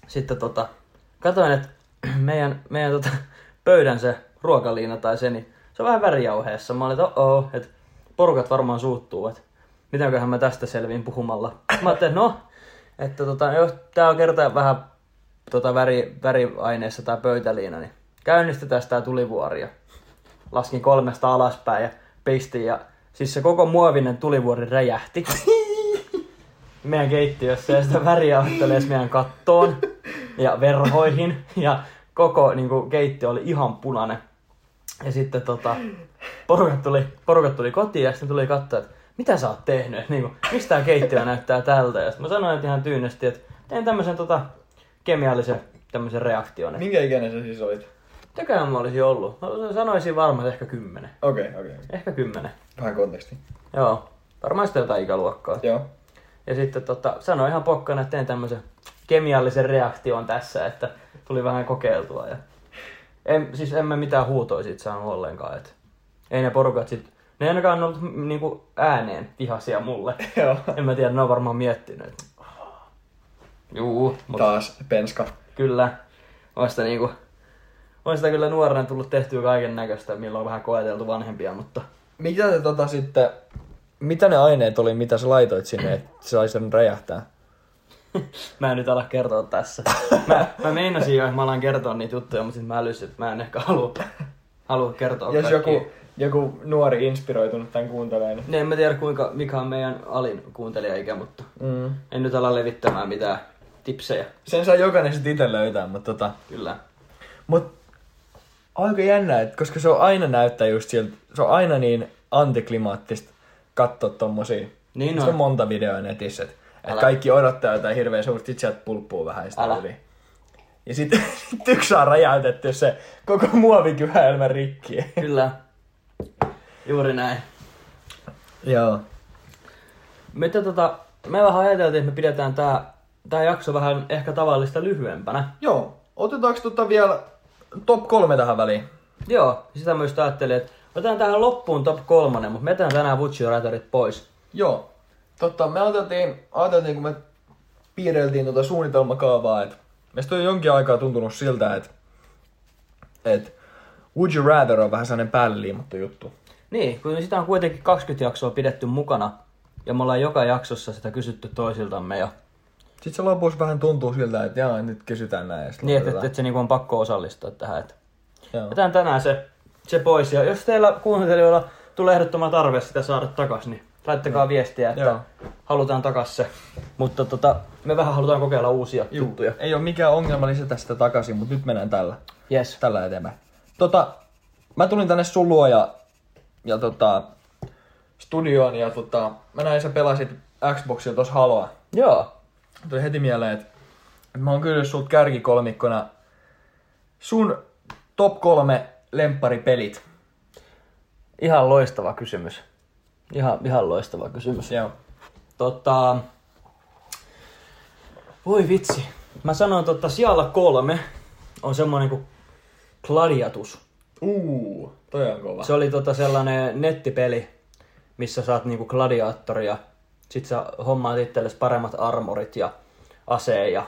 A: sitten tota, katoin, että meidän, meidän tota, pöydän se ruokaliina tai se, niin se on vähän värijauheessa. Mä olin, että oh, että porukat varmaan suuttuu, että mitäköhän mä tästä selviin puhumalla. Mä ajattelin, että no, että tota, jos tää on kertaa vähän tota väri, väriaineessa tää pöytäliina, niin käynnistetään tää tulivuoria. Laskin kolmesta alaspäin ja pistin ja siis se koko muovinen tulivuori räjähti meidän keittiössä ja sitä väriä ottelee edes meidän kattoon ja verhoihin ja koko niin kuin, keittiö oli ihan punainen. Ja sitten tota, porukat, tuli, porukat tuli kotiin ja sitten tuli katsoa, että mitä sä oot tehnyt, että niin kuin, mistä tää keittiö näyttää tältä. Ja sitten mä sanoin että ihan tyynesti, että tein tämmöisen tota, kemiallisen tämmöisen reaktion. Että
B: Minkä ikäinen sä siis olit?
A: mitäköhän mä olisin ollut? Mä sanoisin varmaan että ehkä kymmenen.
B: Okei, okay, okei. Okay.
A: Ehkä kymmenen.
B: Vähän konteksti.
A: Joo. Varmaan sitä jotain ikäluokkaa.
B: Joo.
A: Ja sitten tota, sanoin ihan pokkana, että teen tämmöisen kemiallisen reaktion tässä, että tuli vähän kokeiltua. Ja en, siis en mä mitään huutoa siitä saanut ollenkaan. Et ei ne porukat sit, ne ei ainakaan ollut m- niinku ääneen vihasia mulle.
B: Joo.
A: en mä tiedä, ne on varmaan miettinyt. et- Juu, mutta
B: Taas penska.
A: kyllä. On sitä, niinku, on sitä kyllä nuorena tullut tehtyä kaiken näköistä, milloin on vähän koeteltu vanhempia, mutta
B: Mitä te tota sitten, mitä ne aineet oli, mitä sä laitoit sinne, että se sai sen räjähtää?
A: Mä en nyt ala kertoa tässä. Mä, mä meinasin jo, että mä alan kertoa niitä juttuja, mutta sitten mä älysin, että mä en ehkä halua, halua kertoa
B: Jos
A: kaikkia.
B: joku, joku nuori inspiroitunut tämän kuuntelee, niin...
A: Ne, en mä tiedä kuinka, mikä on meidän alin kuuntelijaikä, mutta
B: Mm.
A: en nyt ala levittämään mitään tipsejä.
B: Sen saa jokainen sitten itse löytää, mutta tota...
A: Kyllä.
B: Mut aika jännä, et koska se on aina näyttää just siltä, se on aina niin antiklimaattista. katsoa tommosia.
A: Niin
B: Se on
A: on.
B: monta videoa netissä. Et, et
A: Älä.
B: kaikki odottaa jotain hirveä suurta, sit sieltä pulppuu vähän ja sitä
A: Älä.
B: yli. Ja sit, sit yksi saa räjäytetty se koko muovikyhäelmä rikki.
A: Kyllä. Juuri näin.
B: Joo.
A: Mitä tota, me vähän ajateltiin, että me pidetään tää, tää jakso vähän ehkä tavallista lyhyempänä.
B: Joo. Otetaanko tota vielä top kolme tähän väliin?
A: Joo, sitä myös ajattelin, että otetaan tähän loppuun top kolmonen, mutta me jätetään tänään Vucci-ratarit pois.
B: Joo. Totta, me ajateltiin, ajateltiin kun me piirreltiin tuota suunnitelmakaavaa, että meistä on jo jonkin aikaa tuntunut siltä, että, että Would You Rather on vähän sellainen päälle liimattu juttu.
A: Niin, kun sitä on kuitenkin 20 jaksoa pidetty mukana, ja me ollaan joka jaksossa sitä kysytty toisiltamme ja
B: Sitten se lopussa vähän tuntuu siltä, että jaa, nyt kysytään näin. Ja sit
A: niin, että,
B: lopetetaan.
A: että, että se niinku on pakko osallistua tähän. Että
B: Joo.
A: jätän tänään se, se pois, ja jos teillä kuuntelijoilla tulee ehdottoman tarve sitä saada takas, niin laittakaa viestiä, että
B: Joo.
A: halutaan takas se. Mutta tota, me vähän halutaan kokeilla uusia
B: Juu,
A: juttuja.
B: Ei ole mikään ongelma lisätä sitä takaisin, mutta nyt mennään tällä.
A: Yes.
B: Tällä eteenpäin. Tota, mä tulin tänne sun luo ja, ja tota, studioon ja tota, mä näin sä pelasit Xboxilla tossa Haloa.
A: Joo.
B: Tuli heti mieleen, että, että mä oon kyllä sut kärkikolmikkona sun top kolme lempparipelit.
A: Ihan loistava kysymys. Ihan, ihan loistava kysymys.
B: Joo.
A: Tota... Voi vitsi. Mä sanoin, että siellä kolme on semmoinen kuin Gladiatus.
B: Uu, toi on kova.
A: Se oli tota sellainen nettipeli, missä saat niinku gladiaattori ja sit sä hommaat itsellesi paremmat armorit ja aseen ja,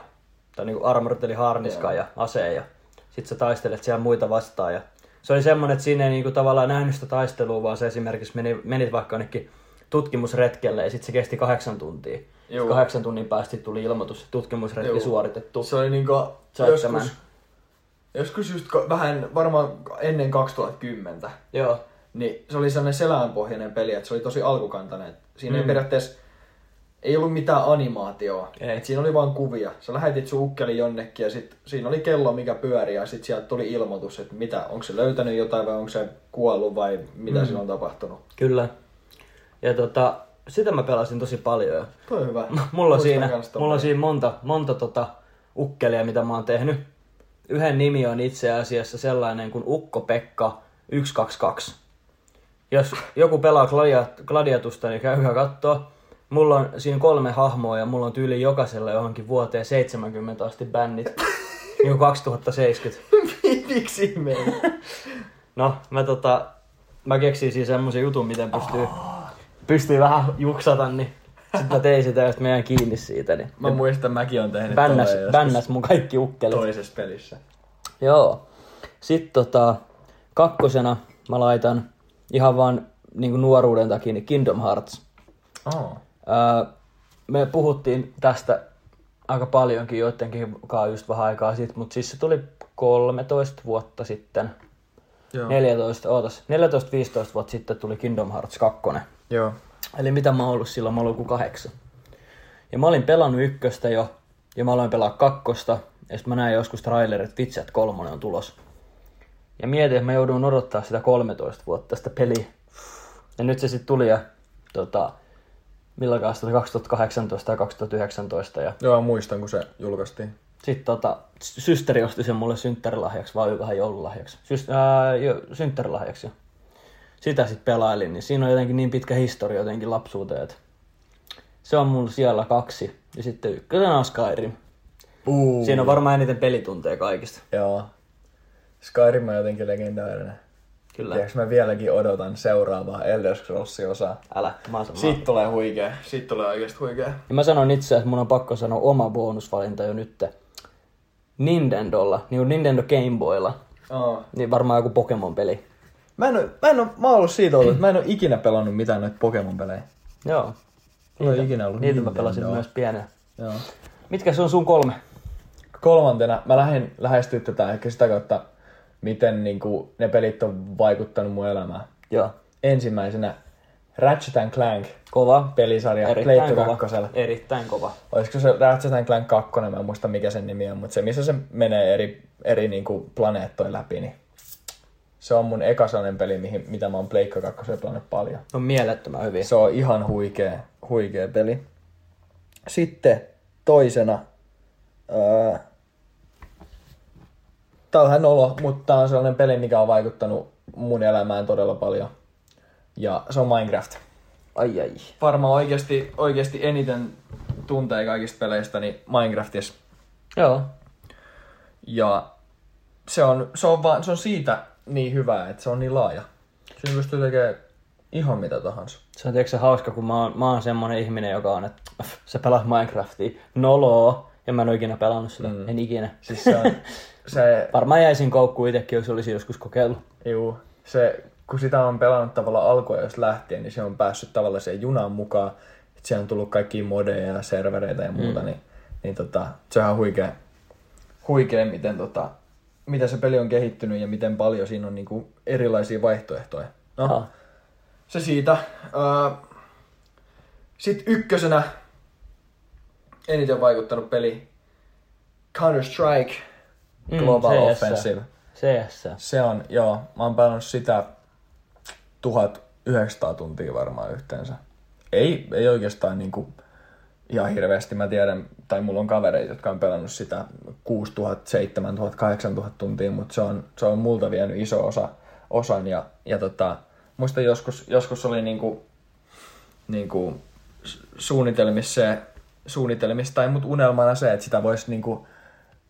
A: tai niinku armorit eli haarniska ja aseen ja sit sä taistelet siellä muita vastaan ja se oli semmonen, että siinä ei niinku tavallaan nähnyt sitä taistelua, vaan se esimerkiksi meni, menit vaikka jonnekin tutkimusretkelle ja sit se kesti kahdeksan tuntia.
B: Juu.
A: Juu. Kahdeksan tunnin päästä tuli ilmoitus, että tutkimusretki
B: Juu.
A: suoritettu.
B: Se oli niinku
A: Seitsemän.
B: joskus, joskus just ko- vähän varmaan ennen 2010.
A: Joo,
B: Niin se oli sellainen selänpohjainen peli, että se oli tosi alkukantainen. Et Siinä mm. ei periaatteessa ei ollut mitään animaatioa.
A: Ei.
B: Et siinä oli vain kuvia. Sä lähetit sun ukkeli jonnekin ja sit, siinä oli kello, mikä pyöri ja sitten sieltä tuli ilmoitus, että mitä, onko se löytänyt jotain vai onko se kuollut vai mitä mm. sillä on tapahtunut.
A: kyllä. Ja tota, sitä mä pelasin tosi paljon. ja
B: Toi on hyvä.
A: Mulla on,
B: Muistan
A: siinä,
B: kans ton.
A: mulla on siinä monta, monta tota ukkelia, mitä mä oon tehnyt. Yhden nimi on itse asiassa sellainen kuin Ukko-Pekka 122. Jos joku pelaa gladia- gladiatusta, niin käykää kattoo. Mulla on siinä kolme hahmoa ja mulla on tyyli jokaisella johonkin vuoteen 70 asti bännit. niin 2070.
B: Miksi meni?
A: No, mä tota, mä keksin siis semmosen jutun, miten pystyy, pystyy vähän juksata, niin sitten mä tein sitä, että mä jäin kiinni siitä, niin
B: Mä muistan, mäkin on tehnyt
A: bännäs,
B: tolleen joskus
A: bännäs mun kaikki ukkelit.
B: toisessa pelissä.
A: Joo. Sitten tota, kakkosena mä laitan ihan vaan niin nuoruuden takia niin Kingdom Hearts.
B: Oh.
A: Öö, me puhuttiin tästä aika paljonkin joidenkin kaa just vähän aikaa sitten, mutta siis se tuli 13 vuotta sitten.
B: Joo.
A: 14, ootas, 14-15 vuotta sitten tuli Kingdom Hearts 2.
B: Joo.
A: Eli mitä mä oon ollut silloin, mä oon luku kahdeksan. Ja mä olin pelannut ykköstä jo, ja mä aloin pelaa kakkosta, ja sitten mä näin joskus trailerit, että vitsi, että kolmonen on tulos. Ja mietin, että mä joudun odottaa sitä 13 vuotta sitä peliä. Ja nyt se sitten tuli, ja tota, milloinkaan se tuli 2018 tai 2019, ja
B: Joo, sitten kun se julkaistiin.
A: sitten tota, s- systeri osti sen mulle synttärilahjaksi, vai vähän joululahjaksi. Syst, ää, jo, synttärilahjaksi, joo. Sitä sitten pelailin, niin siinä on jotenkin niin pitkä historia jotenkin lapsuuteen, että se on mulla siellä kaksi. Ja sitten ykkösenä on Skyrim.
B: Uu.
A: Siinä on varmaan eniten pelitunteja kaikista.
B: Joo. Skyrim on jotenkin legendaarinen.
A: Kyllä.
B: Tiedätkö, mä vieläkin odotan seuraavaa Elder Scrollsin osaa.
A: Älä, mä oon samaa.
B: Siitä tulee huikea. Siitä tulee oikeesti huikea.
A: Ja mä sanon itse, että mun on pakko sanoa oma bonusvalinta jo nyt. Nintendolla, niin kuin Nintendo Game Boylla,
B: Oh.
A: niin varmaan joku Pokemon-peli.
B: Mä en, oo, mä en oo, mä oon ollut siitä ollut, että mä en oo ikinä pelannut mitään noita Pokemon-pelejä.
A: Joo.
B: Mulla ei ikinä ollut
A: Niitä mä
B: Nintendo.
A: pelasin myös pienenä.
B: Joo.
A: Mitkä se on sun kolme?
B: Kolmantena mä lähdin lähestyä tätä ehkä sitä kautta, miten niinku, ne pelit on vaikuttanut mun elämään.
A: Joo.
B: Ensimmäisenä Ratchet and Clank
A: Kova.
B: pelisarja
A: Erittäin
B: Pleikka
A: kova.
B: kakkosella.
A: Erittäin kova.
B: Olisiko se Ratchet and Clank 2, mä en muista mikä sen nimi on, mutta se missä se menee eri, eri niinku planeettojen läpi, niin Se on mun eka sellainen peli, mihin, mitä mä oon Pleikka 2 pelannut paljon.
A: On mielettömän hyviä.
B: Se on ihan huikea, huikea peli. Sitten toisena. Ää, tää on ihan olo, mutta tää on sellainen peli, mikä on vaikuttanut mun elämään todella paljon. Ja se on Minecraft.
A: Ai ai.
B: Varmaan oikeasti, oikeasti eniten tuntee kaikista peleistä niin Minecraftissa.
A: Joo.
B: Ja se on, se on, vaan, se on siitä niin hyvä, että se on niin laaja. Siinä pystyy tekemään ihan mitä tahansa.
A: Se on tietysti hauska, kun mä oon, mä oon semmonen ihminen, joka on, että "Pff, sä pelaat Minecraftia. Noloo. Ja mä en oo ikinä pelannut sitä. Mm. En ikinä.
B: Siis se, on, se,
A: Varmaan jäisin koukkuun itekin, jos olisi joskus kokeillut.
B: juu, se, kun sitä on pelannut tavallaan alkuajoista lähtien, niin se on päässyt tavallaan siihen junan mukaan. Sitten siihen on tullut kaikki modeja ja servereitä ja muuta, mm. niin, niin tota, se on ihan huikea, huikea miten, tota, mitä se peli on kehittynyt ja miten paljon siinä on niinku erilaisia vaihtoehtoja. No,
A: Aha.
B: se siitä. Öö, Sitten ykkösenä eniten vaikuttanut peli Counter-Strike
A: Mm,
B: Global
A: CS.
B: Offensive.
A: CS.
B: Se on, joo. Mä oon pelannut sitä 1900 tuntia varmaan yhteensä. Ei, ei oikeastaan niinku ihan hirveästi. Mä tiedän, tai mulla on kavereita, jotka on pelannut sitä 6000, 7000, 8000 tuntia, mutta se on, se on multa vienyt iso osa, osan. Ja, ja tota, muista joskus, joskus oli niinku, niinku su- suunnitelmissa, se- suunnitelmissa tai mut unelmana se, että sitä voisi niinku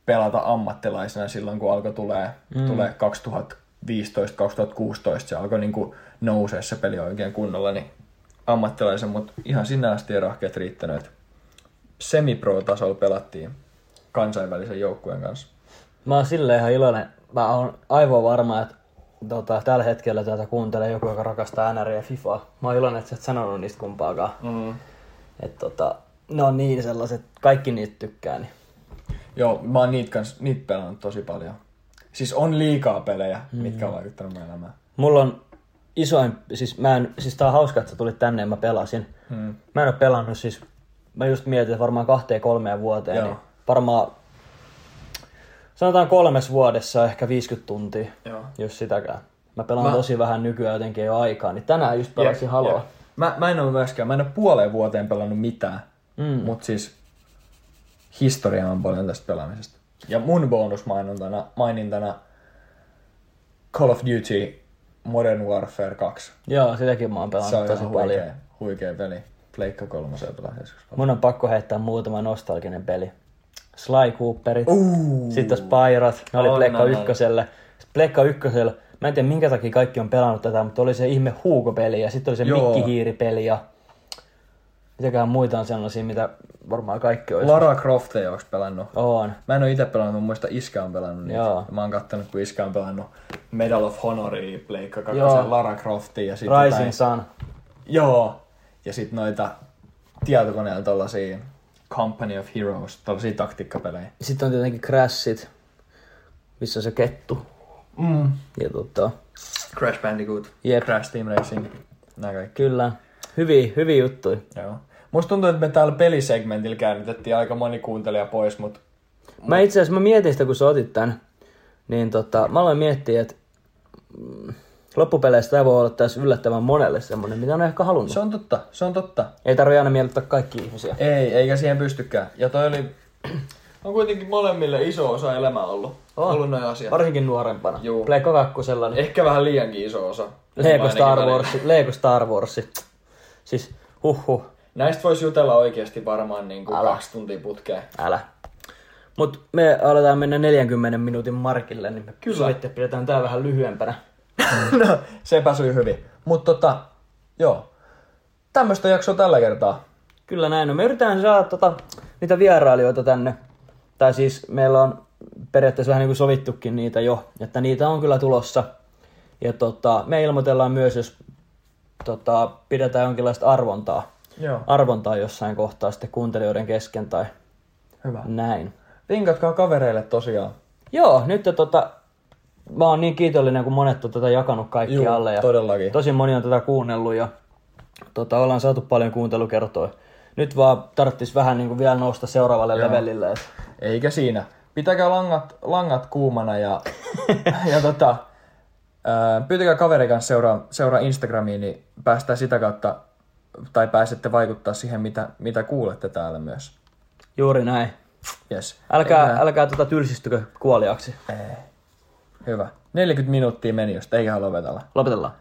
B: pelata ammattilaisena silloin, kun alkoi tulee, mm. tulee 2015-2016, se alkoi niinku nousee se peli oikein kunnolla, niin ammattilaisen, mutta ihan sinne asti ei rahkeet riittänyt. että Semipro-tasolla pelattiin kansainvälisen joukkueen kanssa.
A: Mä oon silleen ihan iloinen. Mä oon aivan varma, että tota, tällä hetkellä tätä kuuntelee joku, joka rakastaa NR ja FIFAa. Mä oon iloinen, että sä et sanonut niistä kumpaakaan. Mm. Et, tota, ne on niin sellaiset, kaikki niitä tykkää. Niin.
B: Joo, mä oon niitä, kans, niitä pelannut tosi paljon. Siis on liikaa pelejä, mm. mitkä on vaikuttanut mun elämään.
A: Mulla on isoin, siis, mä en, siis tää on hauska, että sä tulit tänne ja mä pelasin. Mm. Mä en oo pelannut siis, mä just mietin, että varmaan kahteen kolmeen vuoteen,
B: Joo.
A: niin varmaan sanotaan kolmes vuodessa ehkä 50 tuntia,
B: Joo.
A: jos sitäkään. Mä pelaan mä... tosi vähän nykyään, jotenkin ei ole aikaa, niin tänään just pelasin Haloa.
B: Joo. Mä, mä en ole myöskään, mä en ole puoleen vuoteen pelannut mitään, mm. mutta siis historiaa on paljon tästä pelaamisesta. Ja mun bonusmainintana mainintana Call of Duty Modern Warfare 2.
A: Joo, sitäkin mä oon
B: Se on
A: pelannut Ah, tosi
B: ihan
A: paljon.
B: huikea, huikea peli. Pleikka kolmoseen pelasin joskus.
A: Mun on pakko heittää muutama nostalginen peli. Sly Cooperit,
B: Uu.
A: sitten Spyrat, ne oli
B: On,
A: Pleikka
B: on, on.
A: ykkösellä. Sitten Pleikka ykkösellä, mä en tiedä minkä takia kaikki on pelannut tätä, mutta oli se ihme Huuko-peli ja sitten oli se
B: Joo.
A: Mikkihiiri-peli ja mitäköhän muita on sellaisia, mitä varmaan kaikki olisi.
B: Lara Croft ei ois pelannut.
A: on.
B: Mä en ole itse pelannut, mutta muista iskä on pelannut niitä.
A: Joo.
B: Mä oon kattonut, kun iskä on pelannut Medal of Honoria, Pleikka 2,
A: Joo.
B: Lara Croftia ja sitten
A: Rising Sun.
B: Joo. Ja sit noita tietokoneella tollasia Company of Heroes, tollasia taktiikkapelejä.
A: Sitten on tietenkin Crashit, missä on se kettu.
B: Mm.
A: Ja tota,
B: Crash Bandicoot.
A: Jep.
B: Crash Team Racing. Nää kaikki.
A: kyllä, hyviä, hyviä juttuja.
B: Joo. Musta tuntuu, että me täällä pelisegmentillä käännytettiin aika moni kuuntelija pois, mut
A: Mä itse asiassa mä mietin sitä, kun sä otit tän, niin tota, mä aloin miettiä, että mm, loppupeleistä tämä voi olla tässä yllättävän monelle semmonen, mitä on ehkä halunnut.
B: se on totta, se on totta.
A: Ei tarvi aina miellyttää kaikki ihmisiä.
B: Ei, eikä siihen pystykään. Ja toi oli... On kuitenkin molemmille iso osa elämää ollut. On. Ollut noin asiat.
A: Varsinkin nuorempana.
B: Juu.
A: Pleikka kakkosella, niin
B: Ehkä vähän liiankin iso osa.
A: Lego
B: Ainakin
A: Star
B: välillä.
A: Wars, Lego Star Wars. Siis, huhhuh,
B: Näistä voisi jutella oikeasti varmaan niin kuin kaksi tuntia putkeen.
A: älä. Mut me aletaan mennä 40 minuutin markille, niin me Kyllä. soitte, pidetään tää vähän lyhyempänä.
B: no, sepä sui hyvin. Mutta tota, joo. Tämmöstä jaksoa tällä kertaa.
A: Kyllä näin. No me yritetään saada tota, niitä vierailijoita tänne. Tai siis meillä on periaatteessa vähän niin kuin sovittukin niitä jo, että niitä on kyllä tulossa. Ja tota, me ilmoitellaan myös, jos tota, pidetään jonkinlaista arvontaa.
B: Joo.
A: Arvontaa jossain kohtaa sitten kuuntelijoiden kesken tai
B: Hyvä.
A: näin.
B: Vinkatkaa kavereille tosiaan.
A: Joo, nyt tota, mä oon niin kiitollinen, kun monet on tätä jakanut
B: Juu,
A: kaikkialle. Ja
B: todellakin.
A: Tosi moni on tätä kuunnellut ja tota, ollaan saatu paljon kuuntelukertoja. Nyt vaan tarttis vähän niin kuin vielä nousta seuraavalle levelille. Et.
B: Eikä siinä. Pitäkää langat, langat kuumana ja, ja tota, Ää, Pyytäkää kaveri kanssa seuraa, seuraa Instagramiin, niin päästään sitä kautta, tai pääsette vaikuttaa siihen, mitä, mitä kuulette täällä myös.
A: Juuri näin.
B: Yes.
A: Älkää, älkää tota tylsistykö kuoliaksi.
B: Hyvä. 40 minuuttia meni, jos eikä halua vetellä.
A: Lopetellaan.